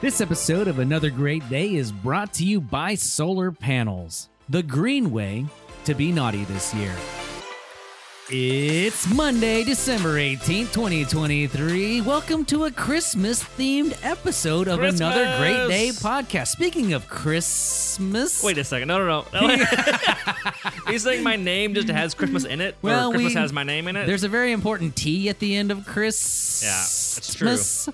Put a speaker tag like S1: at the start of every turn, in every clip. S1: This episode of Another Great Day is brought to you by Solar Panels, the green way to be naughty this year. It's Monday, December 18th, 2023. Welcome to a Christmas themed episode of Another Great Day podcast. Speaking of Christmas.
S2: Wait a second. No, no, no. He's saying my name just has Christmas in it.
S1: Well,
S2: or Christmas
S1: we-
S2: has my name in it.
S1: There's a very important T at the end of Chris.
S2: Yeah, that's true.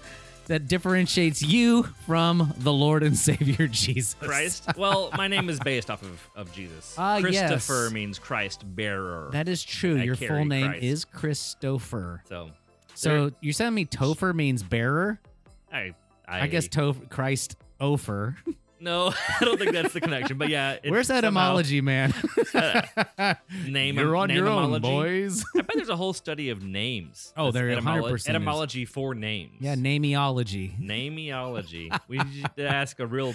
S1: That differentiates you from the Lord and Savior Jesus.
S2: Christ. Well, my name is based off of, of Jesus.
S1: Ah, yes.
S2: Christopher means Christ bearer.
S1: That is true.
S2: I
S1: Your full
S2: carry
S1: name
S2: Christ.
S1: is Christopher.
S2: so
S1: So you're telling me Topher means bearer?
S2: I, I
S1: I, guess Toph Christ Ofer.
S2: no, I don't think that's the connection. But yeah, it
S1: Where's
S2: somehow-
S1: etymology, man?
S2: Name
S1: you're on
S2: name
S1: your own,
S2: etymology.
S1: boys.
S2: I bet there's a whole study of names.
S1: Oh, there
S2: That's
S1: 100% is.
S2: etymology for names.
S1: yeah, nameology.
S2: Nameology. we should ask a real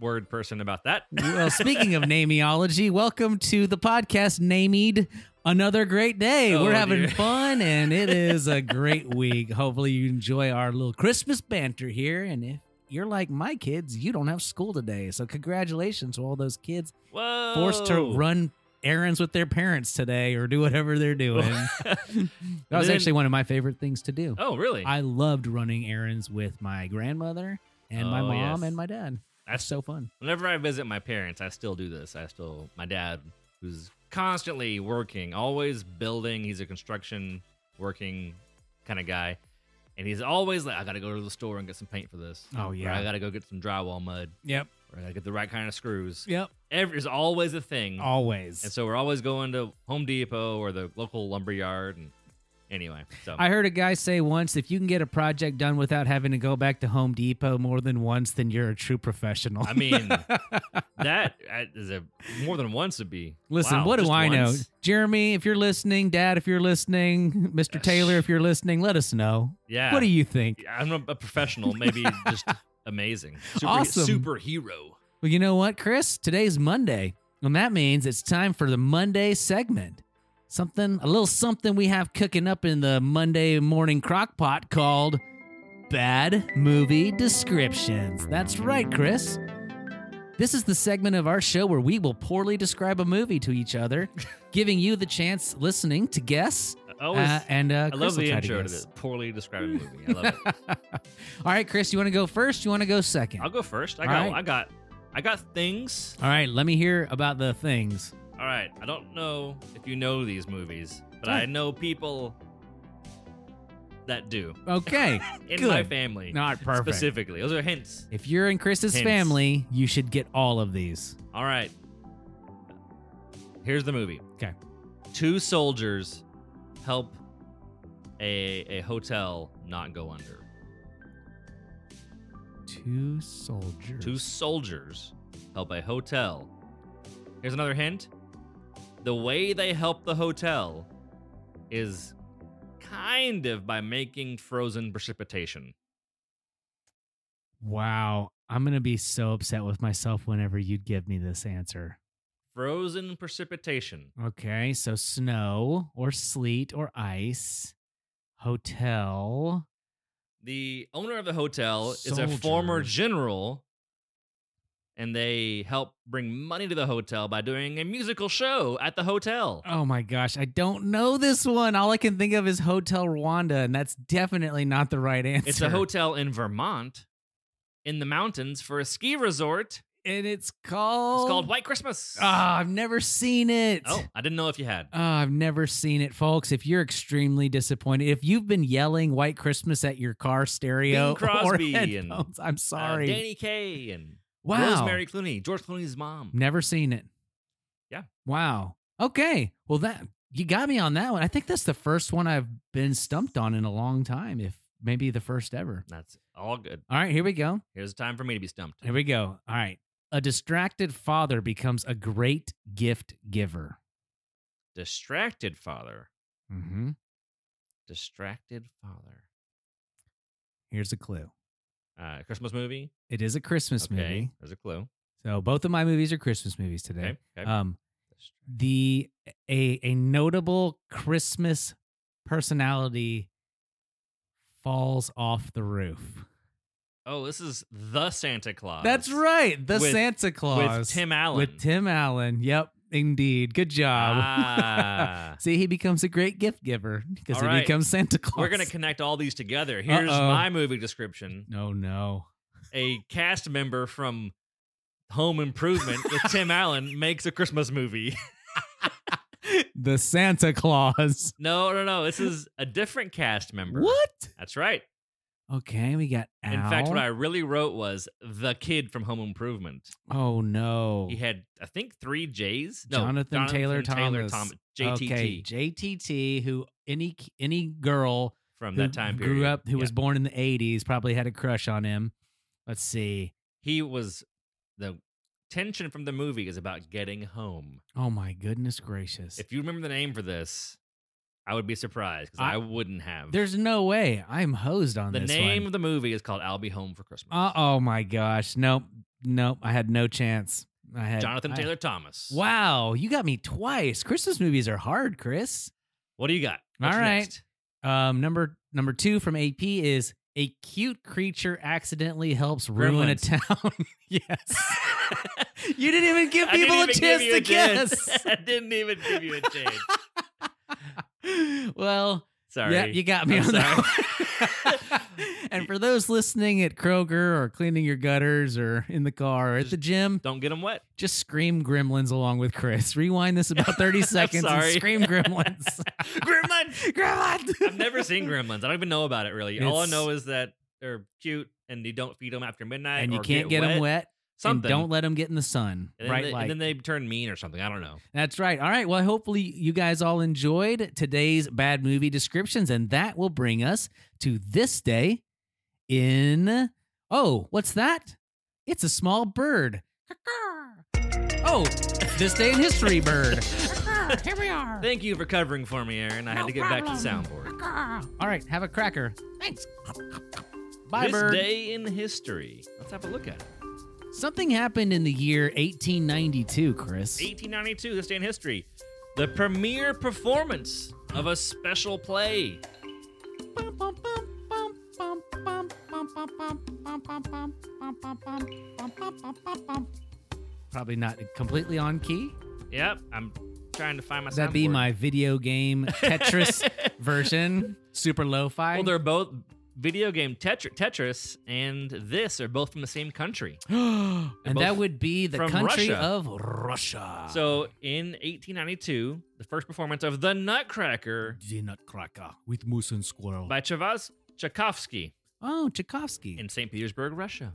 S2: word person about that.
S1: well, speaking of nameology, welcome to the podcast Named Another Great Day.
S2: Oh,
S1: We're having
S2: dear.
S1: fun and it is a great week. Hopefully you enjoy our little Christmas banter here and if you're like my kids, you don't have school today. So congratulations to all those kids
S2: Whoa.
S1: forced
S2: Oh.
S1: to run errands with their parents today or do whatever they're doing. that was
S2: Then-
S1: actually one of my favorite things to do.
S2: Oh, really?
S1: I loved running errands with my grandmother and my
S2: Oh,
S1: mom
S2: yes.
S1: and my dad. That's
S2: That's-
S1: so fun.
S2: Whenever I visit my parents, I still do this. I still, my dad, who's constantly working, always building, he's a construction working kind of guy. And he's always like, I got to go to the store and get some paint for this.
S1: Oh,
S2: Or,
S1: yeah.
S2: I got to go get some drywall mud.
S1: Yep.
S2: Or I got to get the right kind of screws.
S1: Yep.
S2: Every, there's always a thing.
S1: Mm. Always.
S2: And so we're always going to Home Depot or the local lumber yard. And anyway, so
S1: I heard a guy say once if you can get a project done without having to go back to Home Depot more than once, then you're a true professional.
S2: I mean, that is a more than once would be.
S1: Listen,
S2: wow,
S1: what do
S2: just
S1: I know?
S2: once?
S1: Jeremy, if you're listening, Dad, if you're listening, Mr. Taylor, if you're listening, let us know.
S2: Yeah.
S1: What do you think?
S2: I'm a, a professional, maybe just amazing. Super,
S1: Awesome.
S2: Superhero.
S1: Well, you know what, Chris? Today's Monday, and that means it's time for the Monday segment. Something, a little something we have cooking up in the Monday morning crock pot called Bad Movie Descriptions. That's right, Chris. This is the segment of our show where we will poorly describe a movie to each other, giving you the chance, listening, to guess.
S2: Always,
S1: uh, and uh,
S2: oh, I love
S1: Chris will
S2: the
S1: try to
S2: intro to
S1: guess.
S2: this poorly described movie. I love it.
S1: All right, Chris, you want to go first? You want to go second?
S2: I'll go first. I
S1: All
S2: got,
S1: right.
S2: I got, I got things.
S1: All right, let me hear about the things.
S2: All right. I don't know if you know these movies, but
S1: Sure.
S2: I know people that do
S1: Okay.
S2: in my
S1: Good.
S2: family
S1: Not perfect.
S2: specifically. Those are hints.
S1: If you're in Chris's
S2: Hints.
S1: family, you should get all of these.
S2: All right. Here's the movie.
S1: 'Kay.
S2: Two soldiers help a a hotel not go under.
S1: Two soldiers.
S2: Two soldiers help a hotel. Here's another hint. The way they help the hotel is kind of by making frozen precipitation.
S1: wow. I'm going to be so upset with myself whenever you give me this answer.
S2: Frozen precipitation.
S1: Okay. So snow or sleet or ice. Hotel.
S2: The owner of the hotel is a former
S1: Soldiers.
S2: general, and they help bring money to the hotel by doing a musical show at the hotel.
S1: Oh my gosh. I don't know this one. All I can think of is Hotel Rwanda, and that's definitely not the right answer.
S2: It's a hotel in Vermont in the mountains for a ski resort.
S1: And it's called.
S2: It's called White Christmas.
S1: Oh. Ah, I've never seen it.
S2: Oh, I didn't know if you had.
S1: Oh, I've never seen it, folks. If you're extremely disappointed, if you've been yelling "White Christmas" at your car stereo
S2: Bing Crosby
S1: or
S2: and,
S1: headphones, I'm
S2: Uh,
S1: sorry.
S2: Danny Kaye and
S1: wow, Mm.
S2: Rosemary Clooney, George Clooney's mom.
S1: never seen it.
S2: Yeah.
S1: Wow. Okay. Well, that you got me on that one. I think that's the first one I've been stumped on in a long time, if maybe the first ever.
S2: That's all good.
S1: All right, here we go.
S2: Here's time for me to be stumped.
S1: Here we go. All right. A distracted father becomes a great gift giver.
S2: Distracted father.
S1: Mm-hmm.
S2: Distracted father.
S1: Here's a clue.
S2: Uh, Christmas movie.
S1: It is a Christmas
S2: okay.
S1: movie.
S2: There's a clue.
S1: So both of my movies are Christmas movies today.
S2: Okay. okay.
S1: Um, the a a notable Christmas personality falls off the roof.
S2: Oh, this is the Santa Claus.
S1: That's right. The
S2: With-
S1: Santa Claus.
S2: With Tim Allen.
S1: With Tim Allen. Yep, indeed. Good job.
S2: Ah.
S1: See, he becomes a great gift giver because
S2: All
S1: he
S2: right.
S1: becomes Santa Claus.
S2: We're gonna connect all these together. Here's
S1: Uh-oh.
S2: my movie description:
S1: No, no.
S2: a cast member from Home Improvement with Tim Allen makes a Christmas movie.
S1: The Santa Claus.
S2: No, no, no. This is a different cast member.
S1: What?
S2: That's right.
S1: Okay, we got. Al.
S2: In fact, what I really wrote was the kid from Home Improvement.
S1: Oh no.
S2: He had, I think, three J's. No,
S1: Jonathan Taylor Thomas.
S2: Thom- JTT
S1: Okay, JTT, who any any girl
S2: from
S1: who
S2: that time period
S1: grew up, who
S2: Yeah.
S1: was born in the '80s, probably had a crush on him. Let's see.
S2: he was the tension from the movie is about getting home.
S1: Oh my goodness gracious!
S2: If you remember the name for this, I would be surprised because
S1: I-
S2: I, wouldn't have.
S1: There's no way I'm hosed on
S2: the
S1: this
S2: name
S1: one.
S2: of the movie is called "I'll Be Home for Christmas."
S1: Uh, oh my gosh! Nope, nope. I had no chance. I had
S2: Jonathan
S1: I-
S2: Taylor Thomas.
S1: Wow, you got me twice. Christmas movies are hard, Chris.
S2: What do you got? What's
S1: All right.
S2: next?
S1: Um, number number two from AP is a cute creature accidentally helps ruin a
S2: Gremlins.
S1: town. yes, you didn't even give
S2: I didn't
S1: people a
S2: even give
S1: chance
S2: you
S1: to guess.
S2: I didn't even give you a chance.
S1: well,
S2: Sorry.
S1: yeah, you got me
S2: I'm
S1: on that. one. and for those listening at Kroger or cleaning your gutters or in the car or at
S2: Just
S1: the gym,
S2: Don't get them wet.
S1: just scream Gremlins along with Chris. Rewind this about thirty seconds and
S2: sorry.
S1: scream Gremlins.
S2: Gremlins.
S1: Gremlins.
S2: I've never seen Gremlins. I don't even know about it really. All I
S1: It's-
S2: know is that they're cute and you don't feed them after midnight
S1: and you
S2: or
S1: can't get,
S2: wet.
S1: them wet.
S2: Something.
S1: And don't let them get in the sun.
S2: And then
S1: bright
S2: they-
S1: light.
S2: and then they turn mean or something. I don't know.
S1: That's right. All right. Well, hopefully you guys all enjoyed today's bad movie descriptions, and that will bring us to this day in. Oh, what's that? It's a small bird. Oh, this day in history bird.
S3: Here we are.
S2: Thank you for covering for me, Aaron. I had
S3: No
S2: to get back to the soundboard.
S1: All right, have a cracker. Thanks. Bye,
S2: this
S1: bird.
S2: day in history. Let's have a look at it.
S1: Something happened in the year 1892, Chris.
S2: 1892, this day in history. The premiere performance of a special play.
S1: Probably not completely on key.
S2: Yep, I'm trying to find my
S1: That'd be
S2: soundboard.
S1: my video game Tetris version, super lo-fi.
S2: Well, they're both video game Tetri- Tetris and this are both from the same country.
S1: and that
S2: both
S1: would be the
S2: from
S1: country
S2: Russia.
S1: of Russia.
S2: So in 1892, the first performance of The Nutcracker
S1: the Nutcracker with moose and squirrel.
S2: by Chavaz Tchaikovsky
S1: oh, Tchaikovsky.
S2: in St. Petersburg, Russia.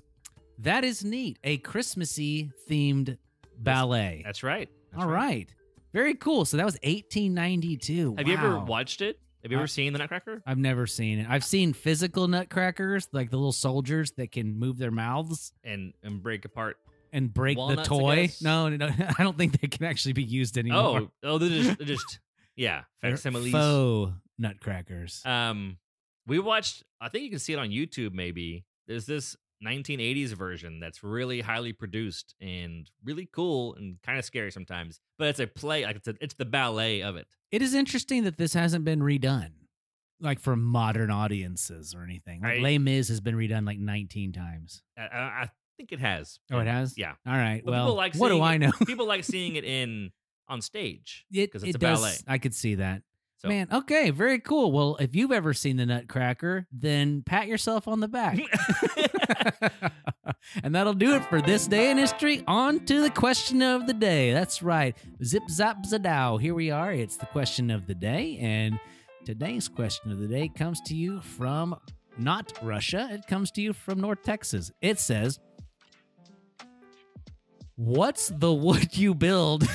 S1: that is neat. A Christmassy themed ballet.
S2: That's right. That's
S1: All right. Very cool. So that was 1892.
S2: Have you ever
S1: Wow.
S2: watched it? Have you
S1: Uh,
S2: ever seen The Nutcracker?
S1: I've never seen it. I've seen physical nutcrackers, like the little soldiers that can move their mouths
S2: And and break apart.
S1: and break
S2: Walnuts, I
S1: the toy.
S2: guess?
S1: No, no, no, I don't think they can actually be used anymore.
S2: Oh, oh, they're just, they're just yeah,
S1: They're
S2: facsimiles.
S1: Faux nutcrackers.
S2: Um, we watched. I think you can see it on YouTube. Maybe there's this 1980s version that's really highly produced and really cool and kind of scary sometimes. But it's a play. Like it's a, it's the ballet of it.
S1: it is interesting that this hasn't been redone, like for modern audiences or anything. Like
S2: I-
S1: Les Mis has been redone like 19 times.
S2: I, I, I think it has.
S1: Oh, it has?
S2: Yeah.
S1: All right.
S2: But
S1: well,
S2: people like
S1: what do
S2: seeing
S1: I
S2: it-
S1: know?
S2: People like seeing it in on stage.
S1: It,
S2: 'Cause it's
S1: it
S2: a
S1: does.
S2: ballet.
S1: I could see that.
S2: So.
S1: Man, okay, very cool. Well, if you've ever seen the Nutcracker, then pat yourself on the back. and that'll do it for this day in history. On to the question of the day. That's right. Zip zap zadow. Here we are. It's the question of the day. And today's question of the day comes to you from not Russia, it comes to you from North Texas. It says, What's the wood you build?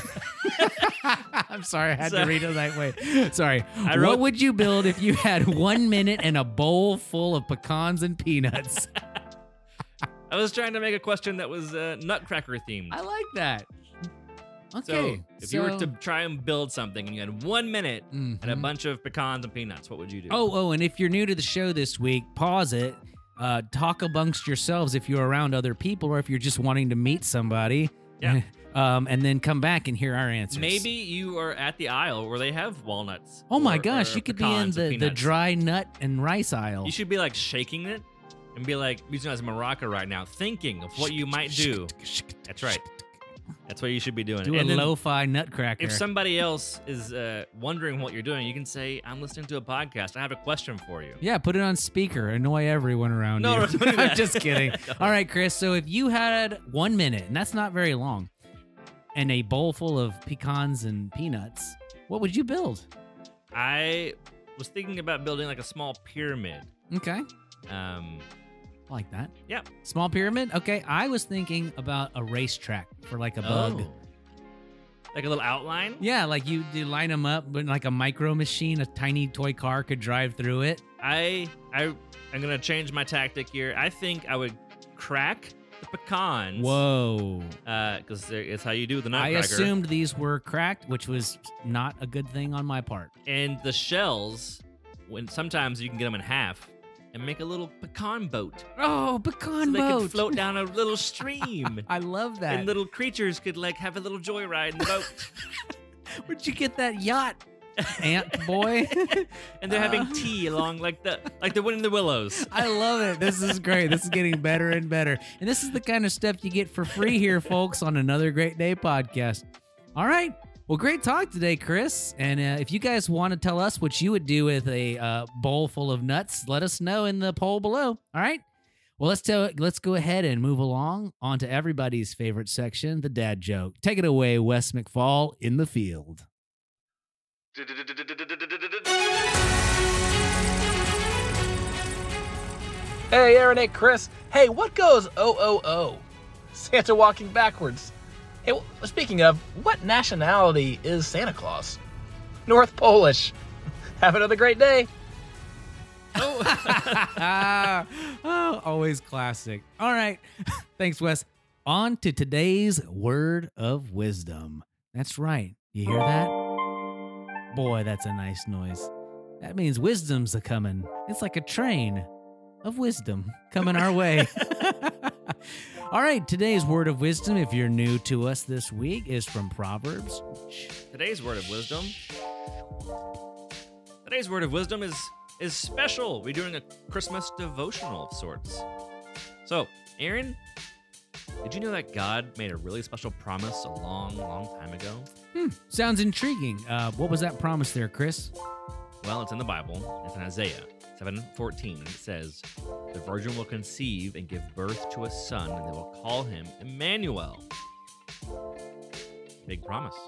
S1: I'm sorry, I had to
S2: Sorry.
S1: read it that way. Sorry.
S2: I wrote-
S1: What would you build if you had one minute and a bowl full of pecans and peanuts?
S2: I was trying to make a question that was uh, Nutcracker themed.
S1: I like that.
S2: so
S1: Oh, Okay.
S2: if you were to try and build something and you had one minute and a bunch of pecans and peanuts, what would you do?
S1: mm-hmm. Oh, oh, and if you're new to the show this week, pause it. Uh, talk amongst yourselves if you're around other people or if you're just wanting to meet somebody.
S2: Yeah.
S1: um, and then come back and hear our answers.
S2: Maybe you are at the aisle where they have walnuts.
S1: Oh my
S2: or-
S1: gosh,
S2: or
S1: you could be in
S2: pecans and
S1: the, the
S2: peanuts.
S1: dry nut and rice aisle.
S2: You should be like shaking it and and be like, Mizun's in Morocco right now, thinking of what you might do. That's right. That's what you should be doing.
S1: Do a
S2: and then
S1: lo-fi nutcracker.
S2: if somebody else is uh, wondering what you're doing, you can say, I'm listening to a podcast. I have a question for you.
S1: yeah, put it on speaker. Annoy everyone around
S2: No,
S1: you.
S2: don't do
S1: I'm
S2: that.
S1: just kidding. All right, Chris. So if you had one minute, and that's not very long, and a bowl full of pecans and peanuts, what would you build?
S2: I was thinking about building like a small pyramid.
S1: Okay,
S2: Um,
S1: I like that.
S2: Yep.
S1: Small pyramid. Okay, I was thinking about a racetrack for like a bug.
S2: oh. Like a little outline?
S1: Yeah, like you, you line them up, but like a micro machine, a tiny toy car could drive through it.
S2: I I I'm gonna change my tactic here. I think I would crack the pecans.
S1: Whoa.
S2: Because it's how you do the
S1: I
S2: nutcracker.
S1: assumed these were cracked, which was not a good thing on my part.
S2: And the shells, when sometimes you can get them in half and make a little pecan boat,
S1: Oh,
S2: so
S1: pecan
S2: they
S1: boat.
S2: could float down a little stream.
S1: I love that.
S2: And little creatures could like have a little joyride in the boat,
S1: Where'd you get that yacht, ant boy?
S2: and they're
S1: Uh.
S2: having tea along like the like the wind in the willows.
S1: I love it. This is great. This is getting better and better. And this is the kind of stuff you get for free here, folks, on another Great Day podcast. All right. Well, great talk today, Chris. And uh, if you guys want to tell us what you would do with a uh, bowl full of nuts, let us know in the poll below. All right. Well, let's tell, let's go ahead and move along onto everybody's favorite section, the dad joke. Take it away, Wes McFall in the field.
S3: Hey, Aaron, hey, Chris. Hey, what goes OOO? Santa walking backwards. Hey, well, speaking of, what nationality is Santa Claus? North Polish. Have another great day.
S1: oh, always classic. All right. Thanks, Wes. On to today's word of wisdom. That's right. You hear that? Boy, that's a nice noise. That means wisdom's a coming. It's like a train of wisdom coming our way. All right, today's word of wisdom, if you're new to us this week, is from Proverbs.
S2: Today's word of wisdom. Today's word of wisdom is is special. We're doing a Christmas devotional of sorts. So, Aaron, did you know that God made a really special promise a long, long time ago?
S1: Hmm, sounds intriguing. Uh, what was that promise there, Chris?
S2: Well, it's in the Bible. It's in Isaiah 7:14. It says, "The virgin will conceive and give birth to a son, and they will call him Emmanuel." Big promise.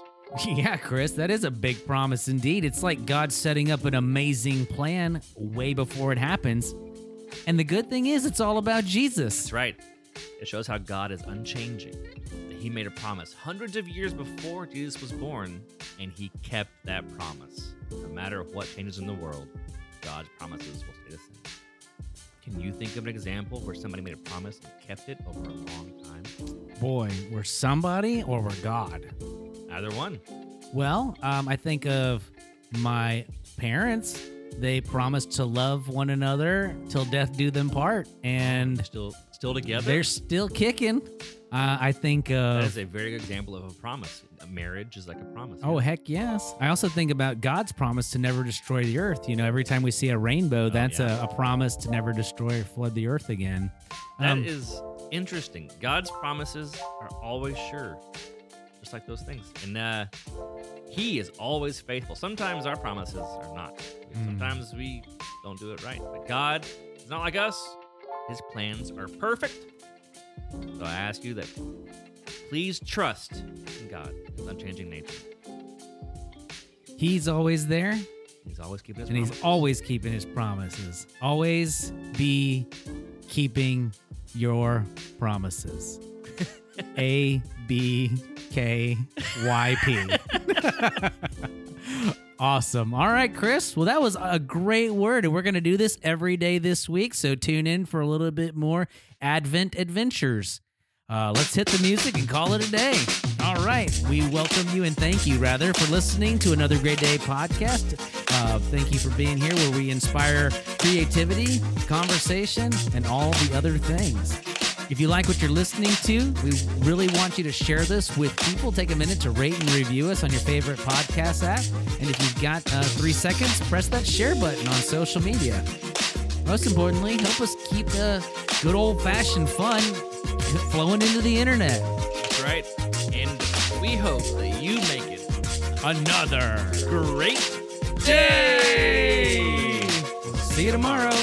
S1: Yeah, Chris, that is a big promise indeed. It's like God setting up an amazing plan way before it happens. And the good thing is, it's all about Jesus.
S2: That's right. It shows how God is unchanging. That he made a promise hundreds of years before Jesus was born, and he kept that promise. No matter what changes in the world, God's promises will stay the same. Can you think of an example where somebody made a promise and kept it over a long time?
S1: Boy, we're somebody or we're God.
S2: Either one.
S1: Well, um, I think of my parents. They promised to love one another till death do them part, and
S2: They're still still together.
S1: they're still kicking. Uh, I think
S2: that
S1: of
S2: is a very good example of a promise. A marriage is like a promise.
S1: Oh heck yes! I also think about God's promise to never destroy the earth. You know, every time we see a rainbow, that's
S2: Oh, yeah.
S1: a, a promise to never destroy or flood the earth again.
S2: That
S1: Um,
S2: is interesting. God's promises are always sure, just like those things. And uh, He is always faithful. Sometimes our promises are not.
S1: Mm.
S2: Sometimes we don't do it right. But God is not like us. His plans are perfect. So I ask you that please trust in God, His unchanging nature.
S1: He's always there,
S2: He's always keeping His
S1: and he's
S2: promises.
S1: always keeping his promises. Always be keeping your promises. A B K Y P. Awesome. All right, Chris. Well, that was a great word. And we're going to do this every day this week. So tune in for a little bit more Advent adventures. Uh, let's hit the music and call it a day. All right. We welcome you and thank you, rather, for listening to another Great Day podcast. Uh, thank you for being here where we inspire creativity, conversation, and all the other things. If you like what you're listening to, we really want you to share this with people. Take a minute to rate and review us on your favorite podcast app. And if you've got uh, three seconds, press that share button on social media. Most importantly, help us keep uh, good old fashioned fun flowing into the internet.
S2: That's right. And we hope that you make it
S1: Another
S2: great day.
S1: See you tomorrow.